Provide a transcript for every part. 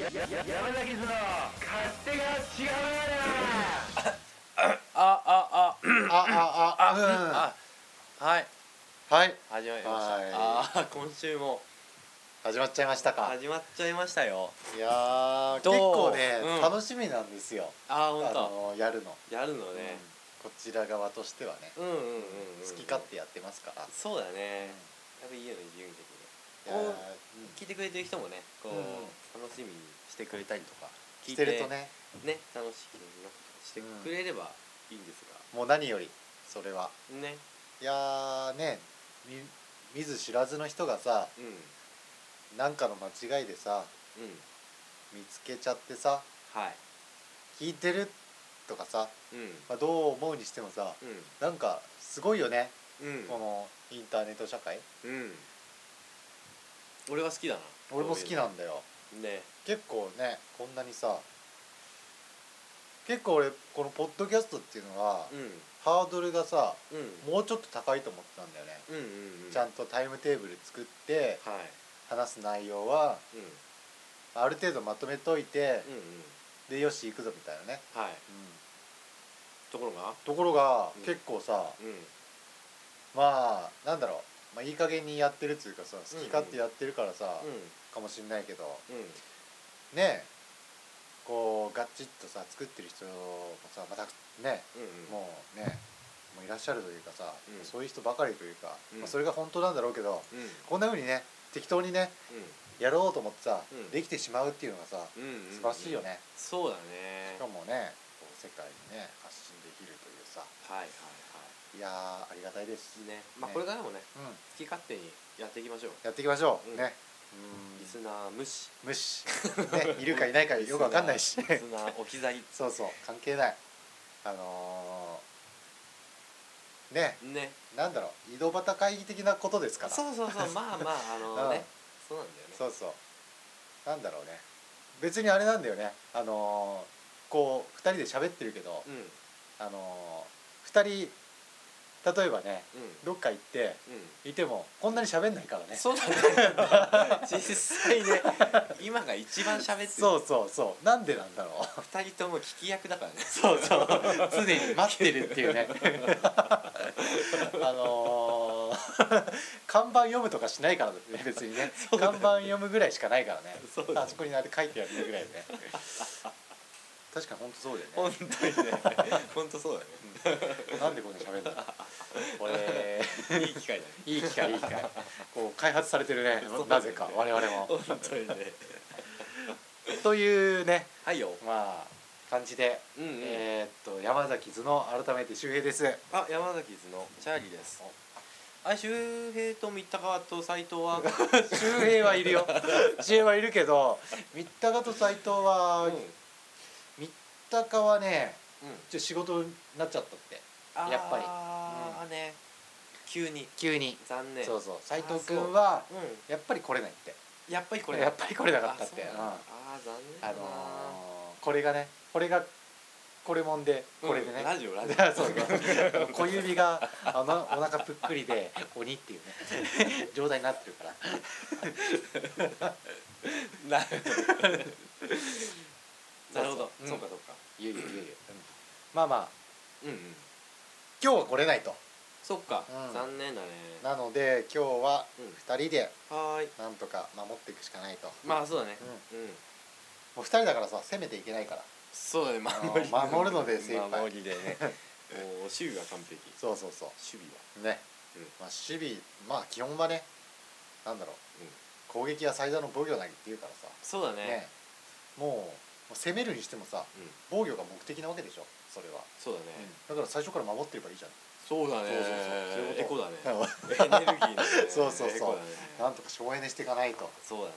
山崎の勝手が違うあああああああ、あはいうん、はい始まりましたはいああ今週も始まっちゃいましたか始まっちゃいましたよいやー結どう構ね、うん楽しみなんですよあああ本のやるの、当やるのうんねこちら側としてはね、うんうんうんうん好き勝手やってますから、そうだねやっぱいいよね自由にでいやーおうんきる聞いてくれてる人もねこうんう楽しみにしてくれたりとか聞しいてるとねね楽しみにしてくれればいいんですもう何よりそれはがねいやーねみ見ず知らずの人がさうんなんかの間違いでさうん見つけちゃってさはい聞いてるとかさ、うんまあ、どう思うにしてもさなんかすごいよね、うんうんこのインターネット社会うん俺は好きだな俺も好きなんだよね結構ねこんなにさ結構俺このポッドキャストっていうのは、うハードルがさんうんもうちょっと高いと思ってたんだよね、うんうんうんちゃんとタイムテーブル作ってはい話す内容はうんある程度まとめといて、うんうんでよし行くぞみたいなね、はいところがところが、うん結構さうんまあなんだろう、まあ、いい加減にやってるっていうかさ好うんうきん勝手やってるからさ、うかもしんないけどんうんねこうガッチッとさ作ってる人もさまたねうんもうねもういらっしゃるというかさ、うんそういう人ばかりというか、うんまあ、それが本当なんだろうけどうんこんなふうにね適当にねやろうと思ってさ、うんできてしまうっていうのがさうんうんうん素晴らしいよね、そうだしねかもねこう世界にね発信できるというさはいはいはいやーありがたいです、いねまあねこれからもねうん、好き勝手にやっていきましょうやっていきましょう、うんねリスナー無視無視、ね、いるかいないかよくわかんないし リスナー置き去りそうそう関係ないあのーねねなんだろう井戸端会議的なことですからそうそうそうまあまああのうんねそうなんだよねそうそうなんだろうね別にあれなんだよねあのーこう2人で喋ってるけど、うんあの2人例えばねうんどっか行ってうんいてもこんなに喋んないからねそうだね実際ね今が一番喋ってるそうそうそうなんでなんだろう二人とも聞き役だからねそうそう常に待ってるって いうねあのー看板読むとかしないからですね別にねそうだ看ね板読むぐらいしかないからねそうだねあそこにあれ書いてあるぐらいね確かに本当そうだよね本当にね本当そうなんでこんな喋るんだろう これだねいい機会だねいい機会いい機会こう開発されてるねなぜか我々も本当にねというねはいよまあ感じで、うんうんえーっと山崎頭の改めて周平ですあ山崎図のチャーリーですあ周平と三鷹と斎藤は 周平はいるよ 周平はいるけど三鷹と斎藤うんは、うん三鷹はねちょ仕事になっちゃったってあーやっぱりあね急に急に、残念そうそう斎藤君あそうはうやっぱり来れないってんやっぱりこれやっぱりこれなかったってあそうなんだあー残念だあなのーこれがねこれがこれもんでこれでね、うんラジオラジオそうそう 小指があのお腹ぷっくりで鬼っていうね 状態になってるから なるほどなるほどそうそううんそうかそうかいえいえいえいえうんまあまあうんうん今日は来れないとそっかうん残念だねなので今日はうん2人ではーいなんとか守っていくしかないとまあそうだねうん、もう2人だからさ攻めていけないからそうだね守りあの守るので精一杯守り でねもう守備が完璧そうそうそ守備はうね、うんまあ、守備まあ基本はねなんだろううん攻撃は最大の防御なりっていうからさそうだねねもうもう攻めるにしてもさうん防御が目的なわけでしょそれは、そうだね、だから最初から守ってればいいじゃんそうだねそうそうそうそういうことエコだね エネルうんギーのねそうそうそうエコだねなんとか省エネしていかないとそうだね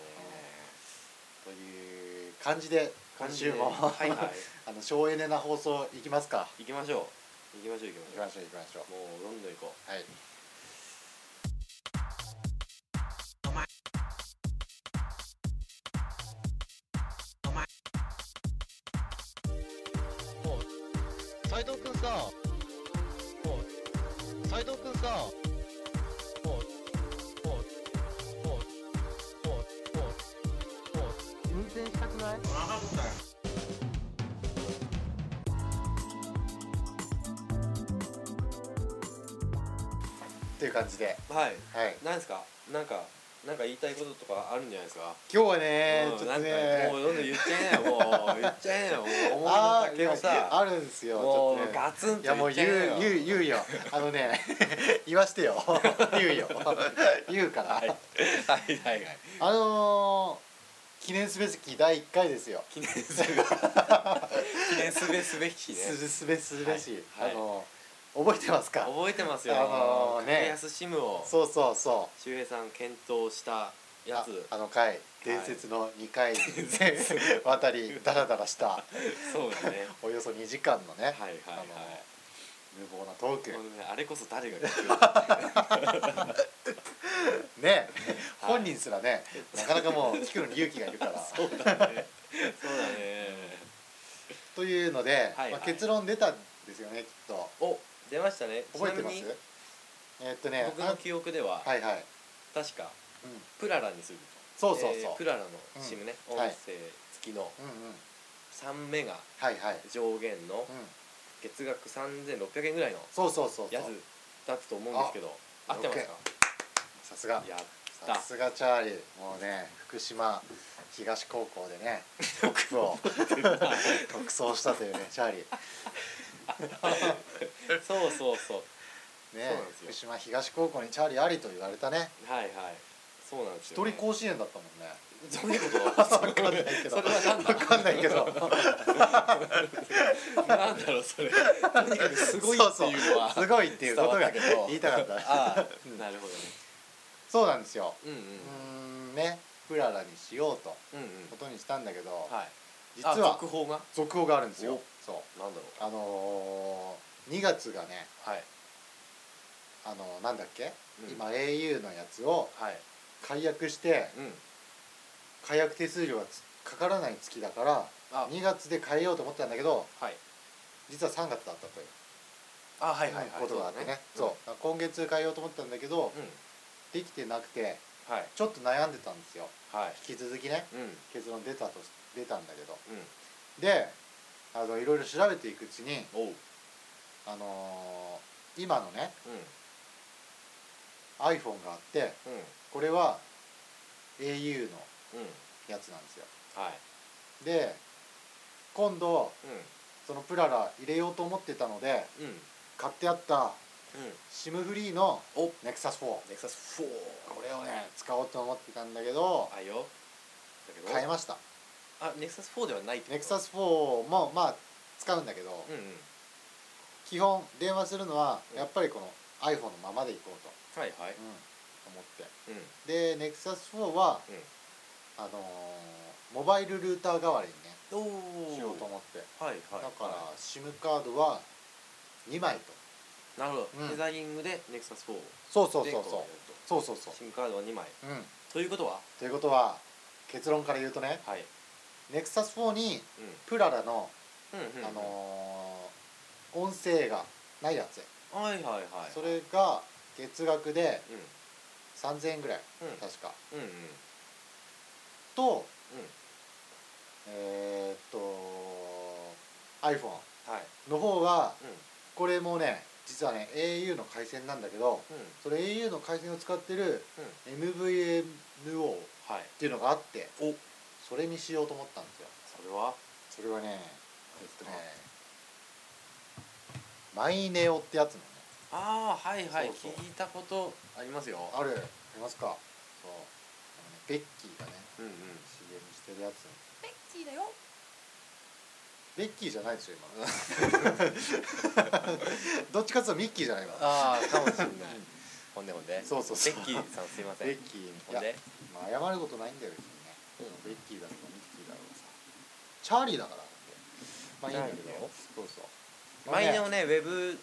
という感じで今週も、はいは あの省エネな放送いきますかい行きましょう行きましょう行いききままししょういきましょょうもうどんどん行こうはい斎藤君さ斎藤君さ運転したくななかいったよっていう感じではいはいなんですかなんかなんか言いたいこととかあるんじゃないですか今日はねうんちょっなとんかもねうどんどん言っちゃえよ もう言っちゃえよもう思いあのーい丈をやさあるんですよちもょっうとねガツンいやもとう言っちゃ言うえよ言う言うよあのね 言わしてよ 言うよ言うから、はいはいはいはいあのー、記念すべき第1回ですよ記念すべき記念すべすべきねすべすべすべし、はいはいあのー、覚えてますか覚えてますよあのーね格安シムをそうそうそ周平さん検討したうやつああの回伝説の2回に 渡りダラダラしたそうだねおよそ2時間のね、はいはいあはのい無謀なトークこのねあれこそ誰が聞く かね、はい本人すらねなかなかもう聞くのに勇気がいるから そうだねそうだねというので、はいはいまあ、結論出たんですよねきっとお出ましたね覚えてますちなみにえーっとね僕の記憶ではあはいはい、確かうん、プララにするそうそうそう、えープララのシムねうん音はい声付きのうんうん3メガはいはい、上限のうん、月額3600円ぐらいのそうそうそうそやうつだったと思うんですけど合ってますかさすがやっさたすがチャーリーもうね福島東高校で ね特を特捜したというねチャーリーそうそうそうねそうなんですよ福島東高校にチャーリーありと言われたねはいはいそうなんです一よ、人ね、甲子園だったもんねどういうこと分かんないけどそれは何だ分かんないけどなんだろうそれとにかくすごいっていうのはそうそうすごいっていうこと伝わがったけど言いたかったああなるほどねそうなんですようんうんうーんねプララにしようとうんうんことにしたんだけど、はい実あは続報が続報があるんですよおそうなんだろあのー、2月がねうはい、あのーなんだっけ、うん今 au のやつをはい解約してうん解約手数料がつかからない月だからあ2月で変えようと思ってたんだけどはい実は3月だったというあはいはいはいことがあってねそう今月変えようと思ったんだけど、うんできてなくてはいちょっと悩んでたんですよはい引き続きねうんうん結論出たとし出たんだけどであのいろいろ調べていくうちに、おうあのー今のねうん iPhone があってうんこれは au のうんやつなんですよはいで今度うそのプララ入れようと思ってたのでんうん買ってあったうんシムフリーのお NEXUS4 こネクサス4れをね使おうと思ってたんだけどあよだけど買いましたあネクサス4ではないってこと NEXUS4 もまあ使うんだけど、うんうん基本電話するのはうんやっぱりこの iPhone のままでいこうと、はいはい思ってうんで NEXUS4 は、あのーモバイルルーター代わりにおねしようとお思ってはいだはいからは SIM カードは2枚といなるほうどんテザリングでネクサス4そうそうそうそうそうそうそうシムカードは2枚うんということはということは結論から言うとねはい NEXUS4 うにんプララの、うんうんあのー音声がないやつ、はいはいはいそれが月額でうん3000円ぐらいうん確か、うんうんとうんえーっと iPhone はいの方はうんこれもね実はね au の回線なんだけどうんそれ au の回線を使ってるうん MVNO っはいていうのがあっておそれにしようと思ったんですよそれはそれはねええっとねマイネオってやつのねああはいはいそうそう聞いたことありますよあるありますかそうあのねベッキーがねうんうん CM してるやつベッキーだよ。ベッキーじゃないでしょ今 どっちかっていうとミッキーじゃない今ああかもしれないほんでほんでそうそうそうベッキーさんすいませんベッキーほんでまあ、謝ることないんだよ別にね、うベッキーだろうミッキーだろうさチャーリーだからだってまあいいんだチャーリけーだどよそうそうマイネまをあねウェブ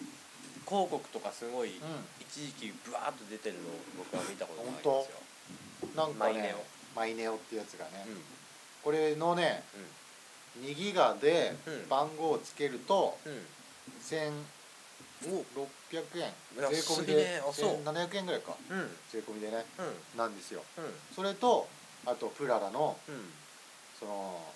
広告とかすごいうん一時期ブワーッと出てるのを僕は見たことがありますほんよとなんかマねイネオマイネオってやつがね、うんこれのね2ギガでうん番号をつけるとう1600ん円いや税込安いみねであそう1700円ぐらいかうんうん税込みでねうんなんですようんそれとあとプララのうんその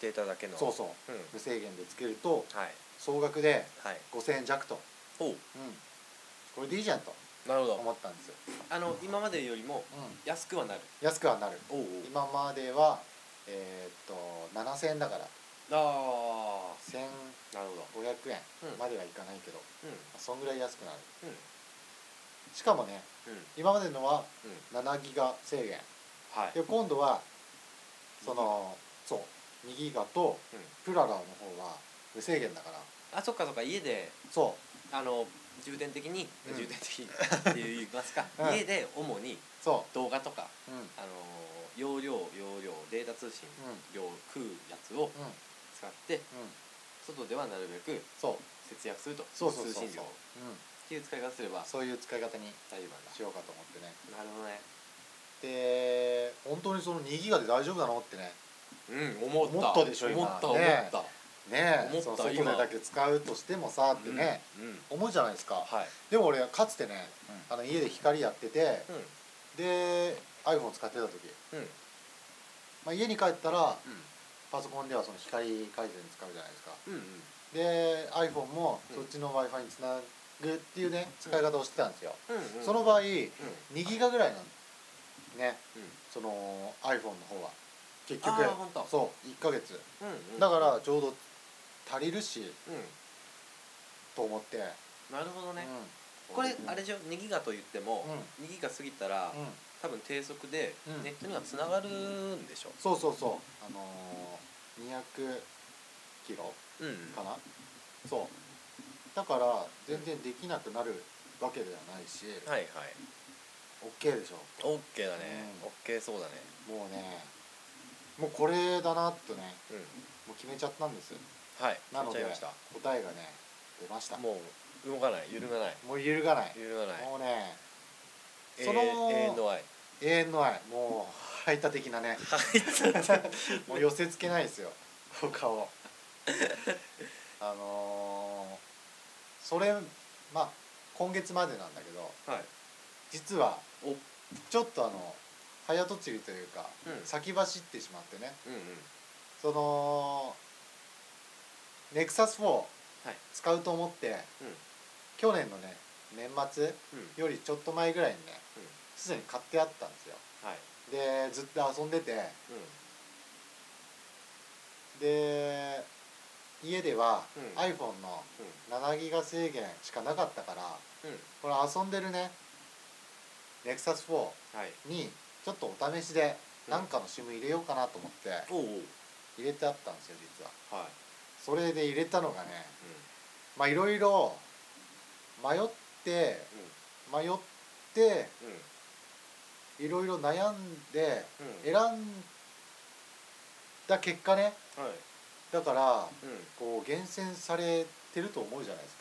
データだけのそうそううん無制限でつけるとはい総額ではい5,000円弱と、おううん、これでいいじゃんとなるほど思ったんですよ、あの今までよりもうん、安くはなる安くはなるおうおう今まではえーっと7,000円だからあ1,500あなるほど円うんまではいかないけど、うんそんぐらい安くなるうんしかもねうん今までのはうん7ギガ制限はいで今度はそのそう2ギガとうんプララの方は無制限だからあそっかそっか家でそあの充電的に、うん充電的にって言いますか、 うん家で主にうそ動画とか、ううんうんあの容量容量データ通信量食うやつをうん使ってうん外ではなるべくそう節約するとそうそうそうそう、う通信量っん、ていう使い方すればそういう使い方に大丈夫しようかと思ってねなんだなるほどねで本当にその2ギガで大丈夫なのってねうん思った思ったでしょ今思った思っねた、ね思っえたその外で今だけ使うとしてもさってね、うん、うん、思うじゃないですか、はい、でも俺かつてねあの家で光やっててうで iPhone 使ってた時、んうんまあ、家に帰ったらパソコンではその光回線使うじゃないですかうんうんで iPhone もうんそっちの w i f i につなぐっていうね使い方をしてたんですよ、うんうんその場合2うんギガぐらいなのねうんその iPhone の方は結あ局ーほんとそう1ヶ月うんうんだからちょうど足りるしうと思って、んなるほどね、うんこれあれでしょ2ギガと言っても、2ギガ過ぎたら、うん、うん、多分低速でうんネットにはつながるんでしょ、そうそうそうあのー、200キロうんかな、そうだから全然できなくなるわけではないし、はいはい OK でしょ OK だね、うん OK そうだねもうねもうこれだなとねうんもう決めちゃったんですはいなの決めでちゃいました答えがね出ましたももう動かない揺るがないう揺るがない揺るがないもうねえーその永遠の愛永遠の愛もう排他的なね もう寄せ付けないですよ 他をあのー、それまあ今月までなんだけどはい実はおうんちょっとあの早とちりというか、うん先走ってしまってねうんそのネクサス4はい使うと思って、去年のね年末うんよりちょっと前ぐらいにねうんすでに買ってあったんですよはいでずっと遊んでてうで家ではうん iPhone のん7ギガ制限しかなかったからうんうんこれ遊んでるねネクサス4はいにちょっとお試しでうん何かの SIM 入れようかなと思っておうおう入れてあったんですよ実ははいそれで入れたのがねまあいろいろ迷って迷ってうんうんいろいろ悩んでうん選んだ結果ねはいだからうこう厳選されてると思うじゃないです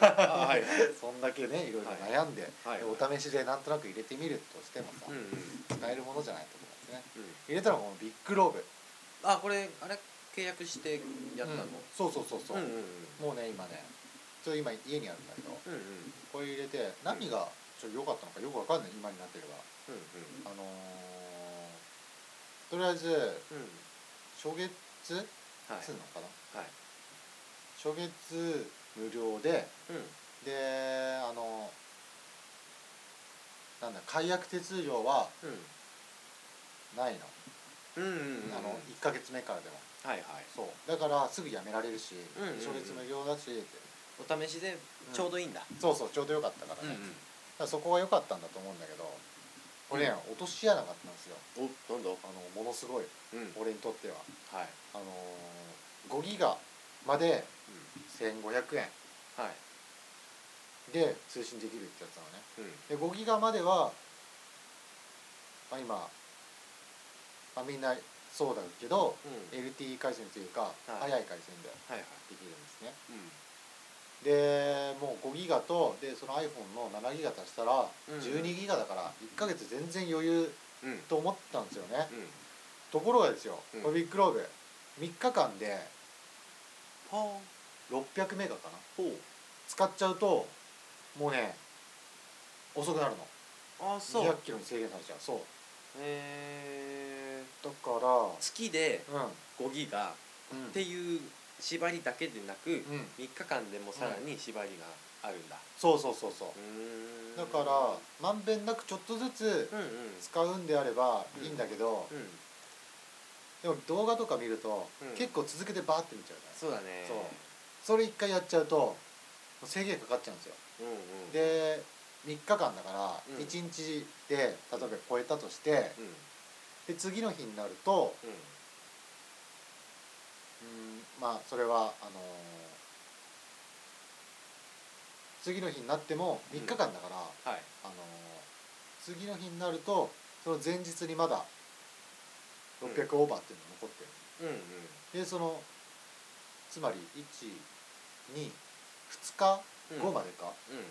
かんはいはいあは いはいそんだけねいろいろ悩んで、はいでお試しでなんとなく入れてみるとしてもさ、うんうん使えるものじゃないと思うんですねうん入れたのがこのビッグローブあこれあれ契約してやったの、うんそうそうそうそう、うんうんもうね今ねちょっと今家にあるんだけどうんうんこれ入れて何がちょっと良かったのかよくわかんない今になってればうんあのー、とりあえずうんうん初月はいつうのかな、はい初月無料でうんであのなんだ解約手数料はないの,、うんうんうんうんあの1か月目からでもはいはいそうだからすぐやめられるし、うんうんうん初月無料だしってお試しでちょうどいいんだ、そうそうちょうどよかったからね、だからそこは良かったんだと思うんだけどこれね、落とし穴があったんですよおどんどんあのものすごいうん俺にとってははい、あの5ギガまで1500円はいで通信できるってやつなのねうんで5ギガまでは、まあ、今、まあ、みんなそうだけど、うん LTE 回線というか、はい速い回線ではいはいできるんですねうんでもう5ギガとでその iPhone の7ギガ足したらうん12ギガだから1ヶ月全然余裕うんと思ったんですよね、うんところがですようんこれビッグローブ3日間でほ600メガかなうほう使っちゃうともうね遅くなるのあそう200キロに制限されちゃうそうえだから月でうん5ギガうんっていう縛りだけでなくうん3日間でもさらに縛りがあるんだそうそうそうそううーんだからまんべんなくちょっとずつうんうん使うんであればいいんだけど、うんでも動画とか見ると、うん結構続けてバーって見ちゃうからそうだねそうそれ一回やっちゃうともう制限かかっちゃうんですようんうんで3日間だかうらん1日で例えば超えたとしてうんで次の日になるとうんうんまあそれはあのー次の日になっても3日間だから、はいあのー次の日になるとその前日にまだ600オーバーっていうのが残ってうる、んうんでそのつまりうん122日後までか、うん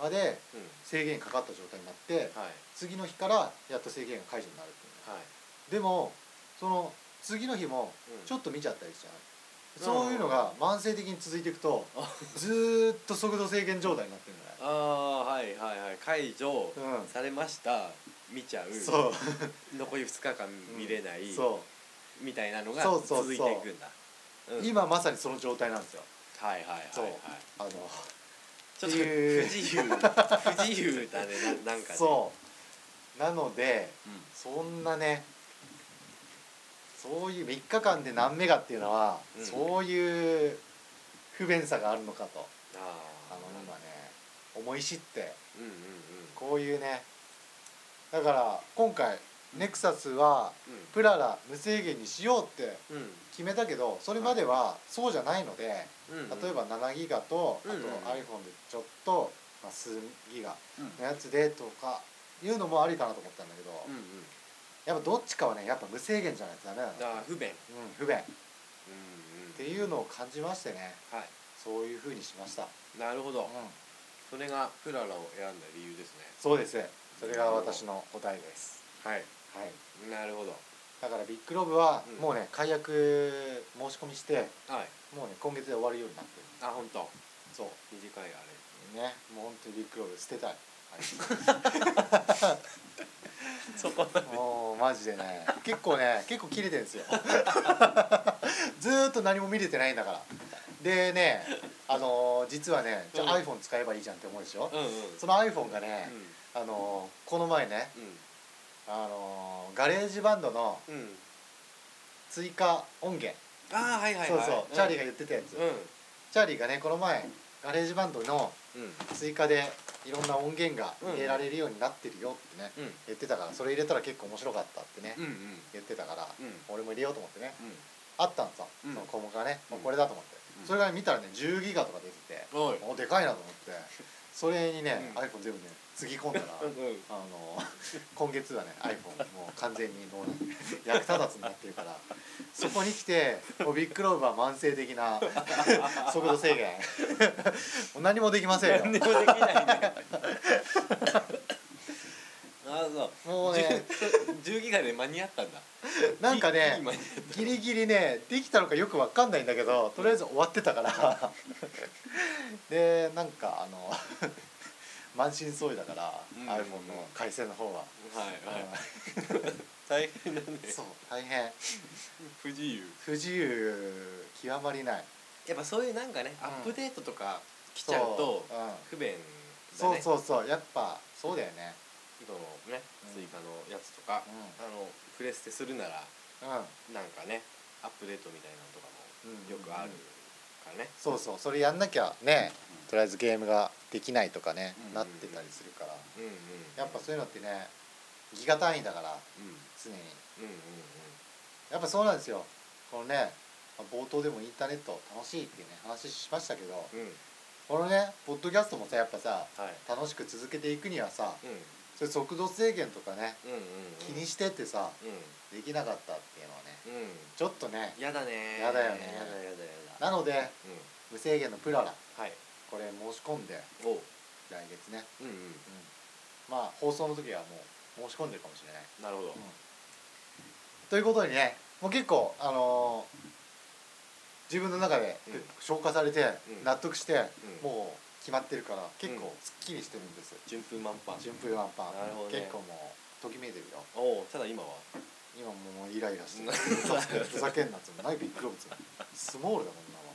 までうん制限かかった状態になってはい次の日からやっと制限が解除になるっていうねはいでもその次の日もうんちょっと見ちゃったりしちゃううんそういうのが慢性的に続いていくとあずーっと速度制限状態になってるんだああはいはいはい解除よ、うん、されました見ちゃうそう残り2日間見れない、そうみたいなのがそうそうそう続いていくんだうん今まさにその状態なんですよはいはいはいはいそうあのちょっと不っていう自 由不自由だねななんかねそうなのでうん、そんなねそういう3日間で何メガっていうのは、うんそういう不便さがあるのかとあああの今ね思い知ってうんうんうんこういうねだから今回ネクサスはうプララ無制限にしようってんうん決めたけどそれまではそうじゃないのでうんうん例えば7ギガとあうんとうん iPhone でちょっと、まあ、数ギガうんのやつでとかいうのもありかなと思ったんだけどうんうんやっぱどっちかはねやっぱ無制限じゃないとダメなの、ああ不便うん、不便うっんうんていうのを感じましてねはそういうふうにしました、いなるほど、うん、それがプララを選んだ理由ですねそうですそれが私の答えです、はいはい、なるほどだからビッグロブはうんもうね解約申し込みしてはいもうね今月で終わるようになってるあ本当そう短いあれねもう本当にビッグロブ捨てたいそこもうマジでね結構ね結構切れてるんですよずーっと何も見れてないんだからでねあのー実はねじゃあうん iPhone 使えばいいじゃんって思うでしょうんうんその iPhone がうね、んあのーこの前ね、うあのーガレージバンドのんうん追加音源、ああはいはいはいそうそう、チャーリーが言ってたやつ、うチャーリーがねこの前ガレージバンドのんうん追加でいろんな音源が入れられるようになってるよってね、うん言ってたからそれ入れたら結構面白かったってね、うんうん言ってたから、うん俺も入れようと思ってね、うんあったんですよ、うんその項目がね、うんもうこれだと思って、うんそれが、ね、見たらね10ギガとか出てて、おいおでかいなと思ってそれにね、うん iPhone 全部ねつぎ込んだらうんうんあの 今月はね iPhone もう完全にもう役立たずになってるからそこに来てもうビッグローブは慢性的な速度制限 もう何もできませんよ何にもできないねあそうもうね10ギガで間に合ったんだなんかねギリギリ間にギリギリねできたのかよくわかんないんだけどとりあえず終わってたから でなんかあの満身創痍だから、うん iPhone の回線の方は、合ったはいはうい大変だねんそう大変不自由不自由極まりないやっぱそういうなんかねうんアップデートとか来ちゃうとそう,、うん不便だねそうそうそうやっぱそうだよね今のねうん追加のやつとかあのプレステするならうん、うんなんかねアップデートみたいなのとかうんもよくあるからねそうそうそれやんなきゃねうんとりあえずゲームができないとかね、うんなってたりするからうんうんやっぱそういうのってねギガ単位だかうらんうん常にうんうんやっぱそうなんですよこのねまあ冒頭でもインターネット楽しいっていうね話しましたけどうんうんこのねポッドキャストもさやっぱさはい楽しく続けていくにはさうんそういう速度制限とかねうんうん気にしてってさうできなかったっていうのんはねうんちょっとねやだねやだよやねだやだやだなのでうん無制限のプララはいこれ申し込んでおう来月ね、うんうんうん、まあ放送の時はもう申し込んでるかもしれなない、るほどということにねもう結構あのー自分の中でうん消化されてうん納得して、うんもう決まってるから結うん構すっきりしてるんです、順風満帆順風満帆なるほどね結構もうときめいてるよおうただ今は今もうイライラして るふざけんなっつうのないビッグロブっつうのスモールだもんなも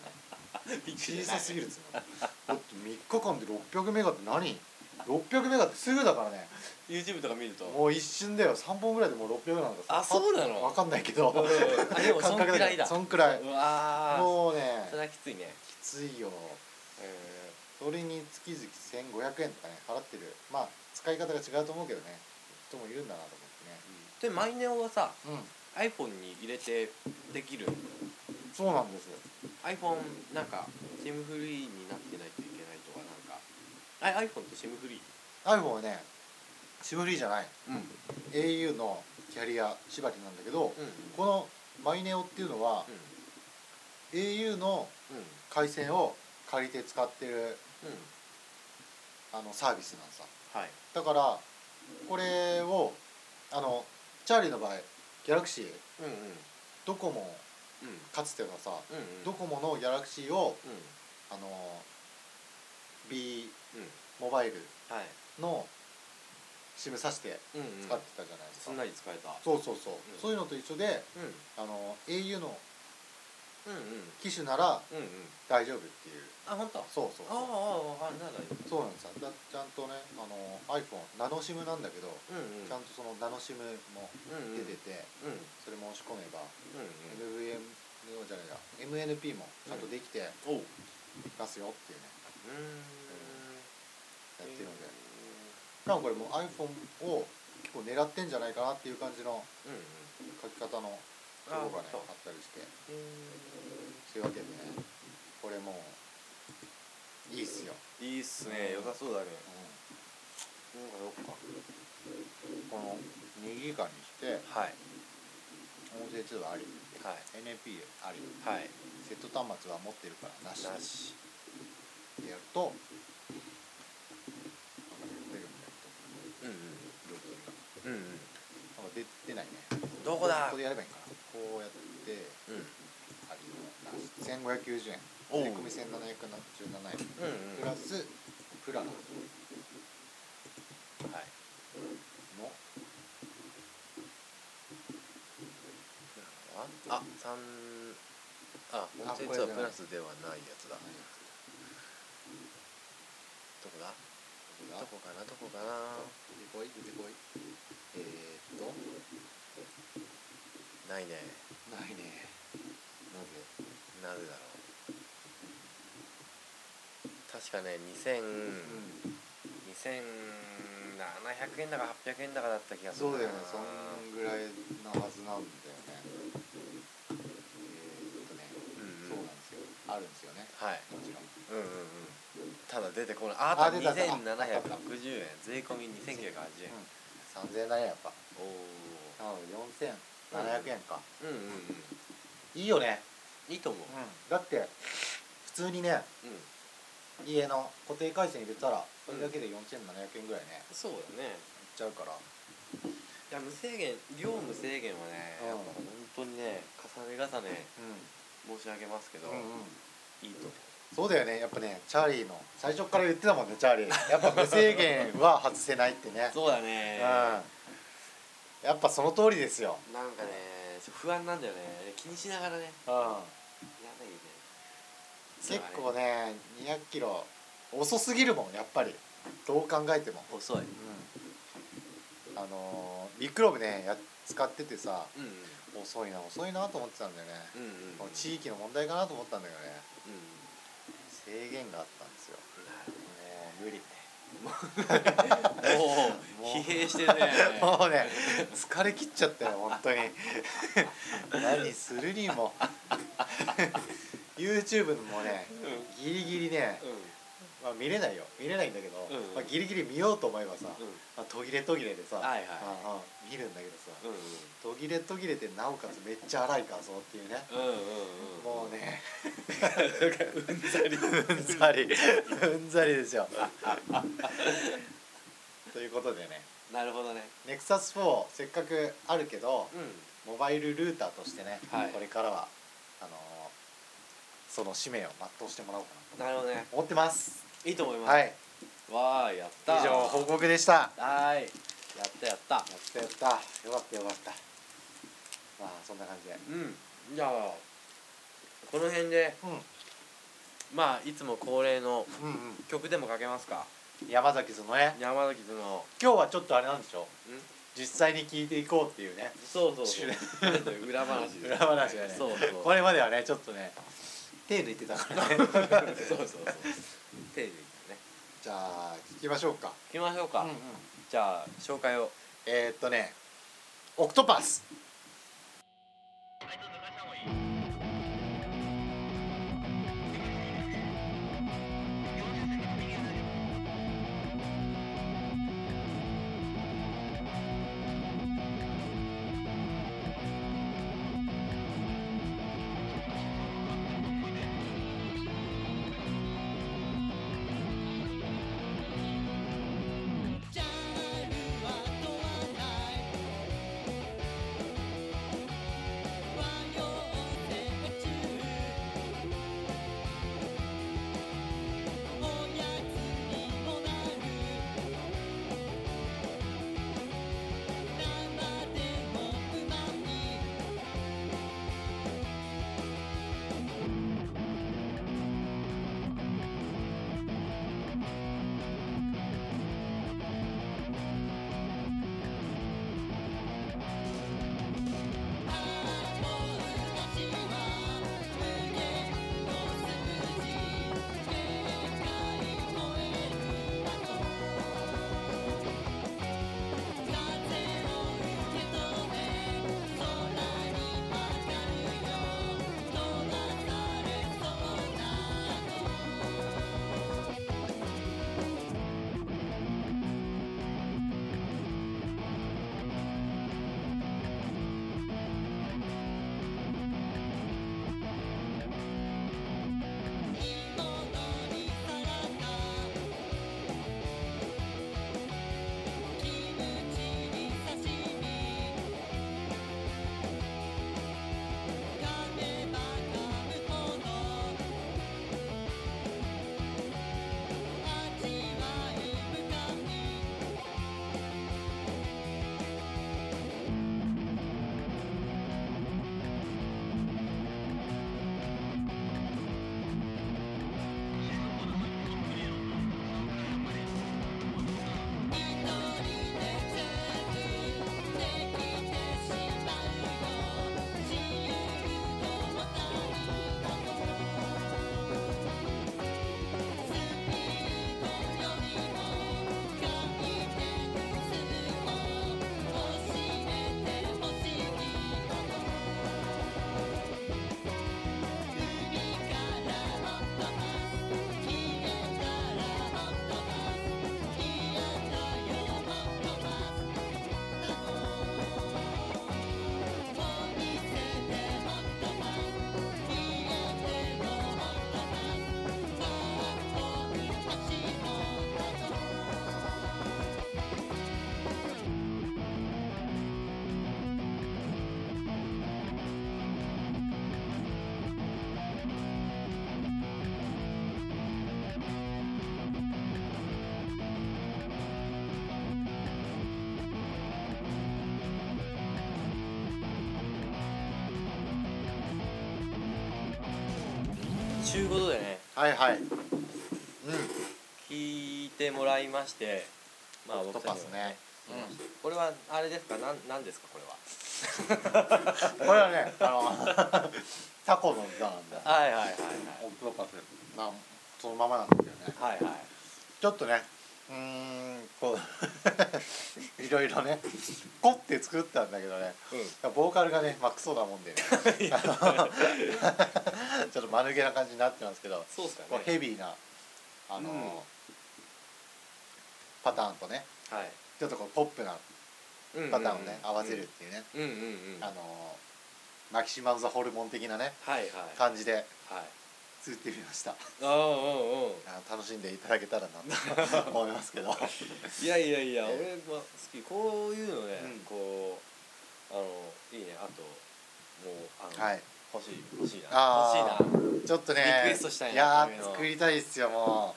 う小 さすぎるっつうのだって3日間で600メガって何600メガってすぐだからね YouTube とか見るともう一瞬だよ3本ぐらいでもう600なんだあそうなのわかんない けどうんあでもそんくらいだそんくらいうわーもうねそれはきついねきついよそれに月々1500円とかね払ってるまあ使い方が違うと思うけどね人もいるんだなとでマイネオはさ思ってね iPhone に入れてできるうんそうなんです iPhone なんか SIM フリーになってないといけないとかなんかあ iPhone って SIM フリー iPhone はねシムフリーじゃないうん au のキャリア縛りなんだけど、うんこのマイネオっていうのは、au のうん回線を借りて使ってるうんあのサービスなんさはいだからこれをあのチャーリーの場合ギャラクシーうんうんドコモうんかつてはさうんうんドコモのギャラクシーをうんあの B うんモバイルはいの SIM さしてうんうん使ってたじゃないですすか、んなり使えたそうそうそう、んそういうのと一緒でうんあの au のうんうん機種ならうんうん大丈夫っていうあ本当あそうそうあそうああなんだよそうなんですよだちゃんとねあの iPhone ナノシムなんだけど、うんうんちゃんとそのナノシムもうんうん出てて、うんうんそれ申し込めば、う MVM じゃないや MNP もちゃんとできてんおうういますよっていうね、ーんやってるので多分これもう iPhone を結構狙ってんじゃないかなっていう感じのうんうん書き方のところがねあそあうったりしてうーんそういうわけでねこれもういいっすよ、いいっすね良さそうだねうなんかどっかん、この2ギガにしてはい音声通話ありは NAP ありいはいセット端末は持ってるからなしなしでやるとなんかうんうん出るんだよブルートゥースがうんうんなんか出出ないねどこだここでやればいいんかなこうやってうんうんありのなし1590円おう税込み1717円プうんラスプラナのはいあ三ああ本こ日れはプラスではないやつだどこだどこかなどこかな出てこい出てこいえー、っとないねないねなぜなぜだろう確かね2000、うん2700円だか800円だかだった気がするそうだよねなそんぐらいなはずなんだよねえー、っとね、うんそううんなんですよあるんですよねはいもちろんうんうんうんただ出てこないあああと出た出た2760円税込み2980円、 3000円だねやっぱおおなので4700円か、うんうんうんいいよね、いいと思うだって普通にねうん、家の固定回線入れたらそれだけで4700円ぐらいねそうだねいっちゃうからいや無制限量無制限はね、うんやっぱ本当にね重ね重ねう申し上げますけど、ん、いいと思うそうだよねやっぱねチャーリーの最初から言ってたもんねチャーリーやっぱ無制限は外せないってねそうだね、うん、やっぱその通りですよ、なんかねちょっと不安なんだよね気にしながらねうん、やんなきゃいけない結構ね200キロ遅すぎるもんやっぱりどう考えても、遅いあのービッグローブねや使っててさうんうん遅いな遅いなと思ってたんだよね、うんうんこの地域の問題かなと思ったんだけどねうん制限があったんですよもう無理なるほどねおお 疲弊してるね もうね疲れ切っちゃったよ本当に何するにも YouTube もねギリギリね、うんまあ、見れないよ見れないんだけど、うんうんまあ、ギリギリ見ようと思えばさ、うんまあ、途切れ途切れでさ、はいはいうんうん見るんだけどさ、うん途切れ途切れでなおかつめっちゃ荒い画像っていうね、うんうんうんもうねうんざりうんざりうんざりですよということでねなるほどねネクサス4せっかくあるけどうんモバイルルーターとしてね、はいこれからはあのーその使命を全うしてもらおうかななるほどねと思ってますいいと思います、はいわあやっ以た上報告でしたやはーいやったやったったやったよかったよかったまあそんな感じでうんじゃあこの辺でうんまあいつも恒例のうん曲でもかけますかうん山崎そのね山崎図の今日はちょっとあれなんでしょうん実際に聞いていこうっていうねそうそうそそう裏話です裏話だねそうこそうれまではねちょっとね手抜いてたからねそうそうそう丁寧にね じゃあ聞きましょうか行きましょうか、うんうんじゃあ紹介をえー、っとねオクトパスジャンルは問わない和洋折衷おやつにもなる生でもうまい「私は無限の数字」「世界超えるだろう」「風を受け止め空に上がるよ」「飛ばされそうなの」「にさらか」「おやつにもなる」「キムチに刺身」「かめばかむほど」「味わい深み」一人で全部できてしまうよ」「自由ともたりだと」「スピードよりも回転数も教えてほしい」「海からもっとます」「消えたらもっとます」「嫌だよもっとまだお店でもっとま家でももっとま学校に走ったぞ」ちゅうことでねはいはいうん聞いてもらいましてまあオクト僕たパちスもねこれはあれですかなんなんですかこれはこれはねあの タコの歌なんだはいはいはいオクトパスまあそのままなんだよねはいはいはいちょっとねうーんこう いろいろね凝って作ったんだけどねボーカルがねまあクソなもんでねあの ちょっと間抜けな感じになってますけどそうっすかこねうヘビーなあのー、うんパターンとねはいちょっとこうポップなうんうんうんパターンをね、合わせるっていうね、うんうんうんあはのーマキシマム・ザ・ホルモン的なねいはい感じではい作ってみましたああうんうんあの楽しんでいただけたらな と思いますけどいやいやいや、 え俺は好きこういうのね、うんこうあのいいねあともうあの、はい欲しい欲しいなあー欲しいなちょっとねリクエストしたいないやこういうーの作りたいですよも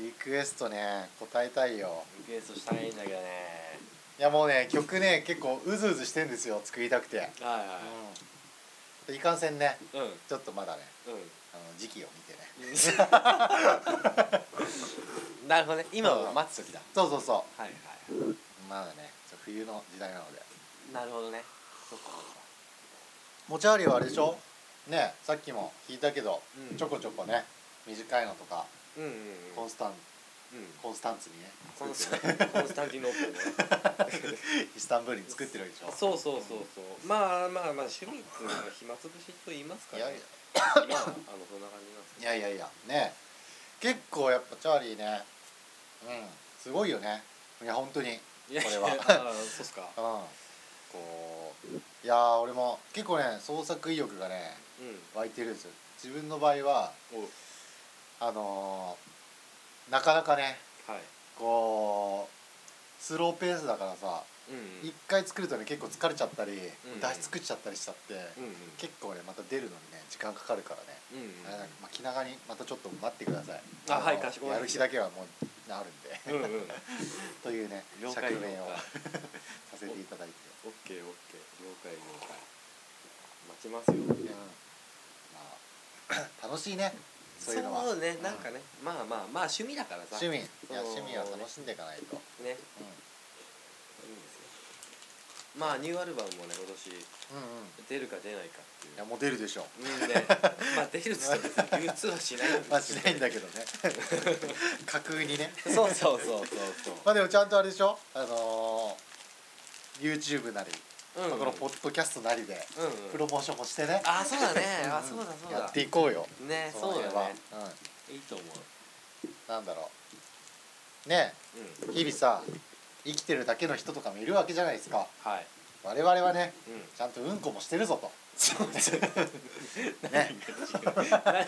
うリクエストね答えたいよリクエストしたいんだけどねいやもうね曲ね結構うずうずしてんですよ作りたくて、はいはうん、いかんせんねいうんうんちょっとまだねあの時期を見てねなるほどね今を待つ時だそうそうそはいはうまだねちょ冬の時代なのでいなるほどねそっか持ち回りはあれでしょねさっきも聞いたけど、うんちょこちょこね短いのとかうんうんうんコンスタンうんコンスタンツにねコンスタコンスタンティノープルねイスタンブールに作ってるわけでし ょそうそうそうそうまあまあまあ趣味っていうのは暇つぶしと言いますかいらやねいまああのそんな感じなんですけやいやいやいやね結構やっぱチャーリーねうんすごいよねいや本当にうんどいやいやこれはああそうっすかこういやー俺も結構ね創作意欲がねう湧いてるんですよ自分の場合はんおあのーなかなかねはいこうスローペースだからさうんうん一回作るとね結構疲れちゃったり、ん出し尽くしちゃったりしたって、うんうん結構ねまた出るのにね時間かかるからね、うんうんあれなんかまあ、気長にまたちょっと待ってくださいあはいのかしこまりやまるし日ただけはもうあるんで うんうん というね了解釈明を了解させていただいて、オッケーオッケー了解了解待ちますようんまあ、楽しいねそういうのはそうねんなんかねまあまあまあ趣味だからさ趣味いやそう趣味は楽しんでいかないと、ねいいんですよまあニューアルバムもね今年うん、うんうん出るか出ないかっていういやもう出るでしょうん ね、まあ出るっつっても流通はしないんですけどまあしないんだけどね 架空にねそうそうそうそうそうまあでもちゃんとあれでしょあのー、YouTube なり、うんまあこのポッドキャストなりでうんうんプロモーションもしてね、あそうだねうんあそうだそうだやっていこうよねのそうだ辺はねいいと思うん、なんだろうねううんえ日々さ生きてるだけの人とかもいるわけじゃないですかはい我々はね うんちゃんとうんこもしてるぞとそうそうね何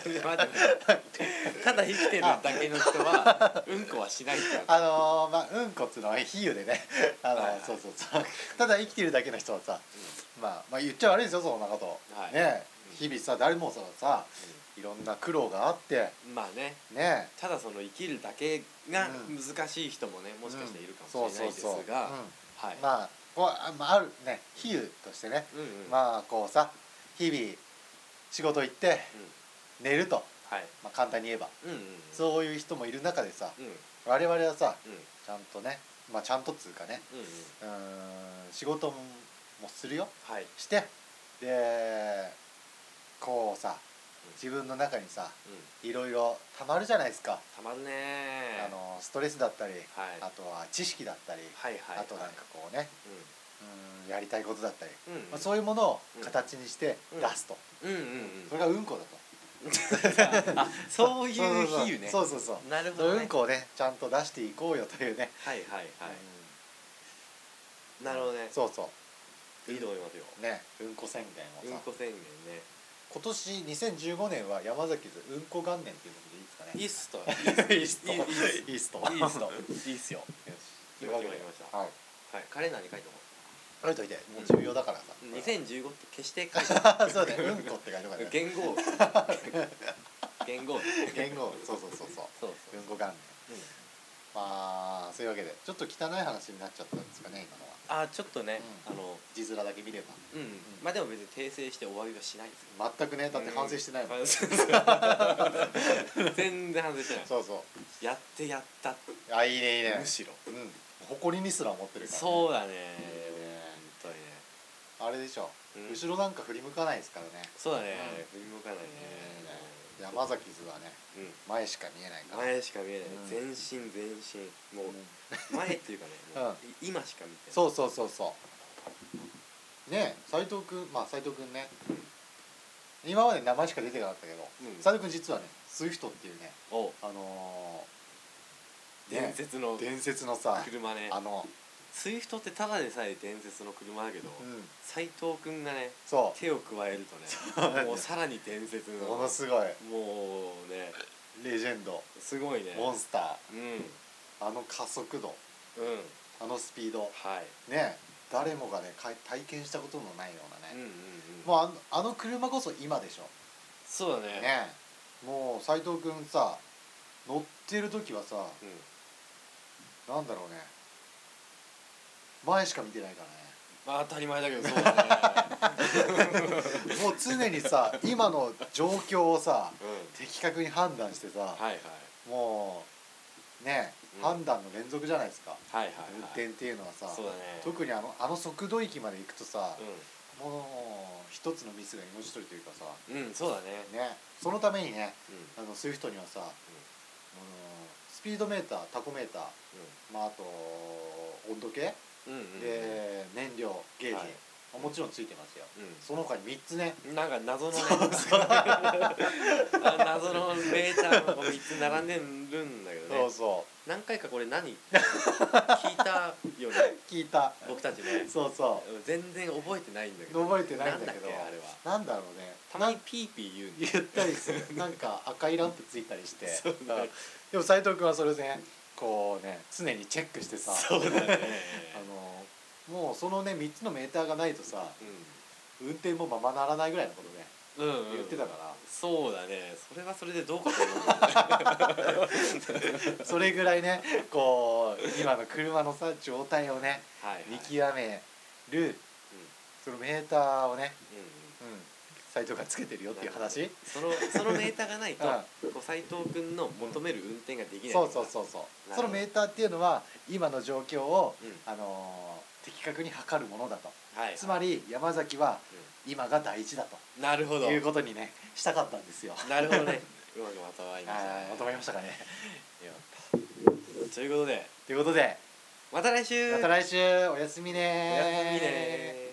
で待ってただ生きてるだけの人はうんこはしないってあのー、まあうんこっていうのは比喩でねあのーはいはいそうそうそうただ生きてるだけの人はさ、まあ、まあ言っちゃ悪いですよそんなこと、はいねうん日々さ誰もささいろんな苦労があってまあねねただその生きるだけがうん難しい人もねもしかしたらいるかそもうしれないうそですそう、うん、がはいまあこうあまああるね比喩としてね、うんうんまあこうさ日々仕事行ってうん寝ると、はいまあ、簡単に言えばうんうんそういう人もいる中でさうんうん我々はさうんちゃんとねまあちゃんとっつうかねうんうんうーん仕事もするよはいしてでこうさ自分の中にさうんいろいろたまるじゃないですか、たまるねあのストレスだったり、はいあとは知識だったり、はいはいあとなんかこうねうーんやりたいことだったり、うんうんまあ、そういうものを形にしてうん出すと、うんうんそ れがうんこだとうんあそういう比喩ねそうそうそうなるほそうどうねんこをねちゃんと出していこうよというね、はいはいはいうんなるほどねそうそいいと思いますようねうんこ宣言うをんさ、こ宣言ね今年2015年は山崎図うんこ元年っていうことでいいですかねイースト イイースースイーストイースト いいっすよ今決まりましたはいはいカレンダーに書いても書いといてもう重要だからさ 2015って決して書いてあそうねうんこって書いと かね言語を言語を言語そうそうそうそうそううんこ元年そううんまあそういうわけでちょっと汚い話になっちゃったんですかね今のはあちょっとねうあの字面だけ見ればうんうんまあでも別に訂正してお詫びはしないですよ全くねだって反省してない もん、反省してない全然反省してないそうそやってやったってうあいいねいいねむしろうん誇りにすら思ってるから、そうだね本当にねあれでしょ、うん後ろなんか振り向かないですからねそうだねうん振り向かないね山崎図はねう前しか見えないかんら前しか見えないう全ん身全身もう前っていうかねもうい今しか見てないそうそうそうそうねえ斎藤君まあ斎藤君ね今まで名前しか出てなかったけどうん斎、藤君実はねスイフトっていうねおあのね伝説のー伝説のさ車ねあのスイフトってただでさえ伝説の車だけどうん斎藤君がねそう手を加えるとうなんだねよもうさらに伝説のもものすごいうねレジェンドすごいねモンスタうんーあの加速度うんあのスピードはいね誰もがねかい体験したことのないようなうんうんね、うんもうあのあの車こそ今でしょそうだねねもう斎藤君さ乗ってる時はさうんなんだろうね前しか見てないからねまあ当たり前だけどそう だねもう常にさ 今の状況をさうん的確に判断してさ、はいはいもうね、うん判断の連続じゃないですかはいはい運はい転っていうのはさ、そうだね特にあのあの速度域まで行くとさ、うもう一つのミスが命取りというかさん、うん、そうだねねそのためにねうんあのスイフトにはさ、あのスピードメータータコメーター、まあ、あと温度計、うんうんうんで燃料ゲージ、はいまあもちろんついてますようんその他に3つねなんか謎のねあ謎のメーターの3つ並んでるんだけどねそ何回かこ れ何聞いたよねう聞いた僕たちねそうそ全然覚えてないんだけど覚えてないんだけどなんっあれはなんだろうねたまにピーピー言うんゆったりするなんか赤いランプついたりしてそうねうんでも斉藤君はそれをねこうね常にチェックしてさそうだねあのもうそのね3つのメーターがないとさう運転もままならないぐらいのことねんうんうん言ってたかそうだねそれはそれでどうかと思うんだよねらそれぐらいねこう今の車のさ状態をねはいはい見極めるそのメーターをねうんうんうん斉藤がつけてるよっていう話その そのメーターがないとこう斉藤君の求める運転ができないそうそううそうそうなるほどそのメーターっていうのは今の状況を、うんあのー的確に測るものだとはいはいつまり山崎は今が大事だなるほとどいうことにねしたかったんですよ。なるほどねうまくまとまりましたはいねまとまりましたかね。よかったということでということでまた来週また来週おやすみねおやすみね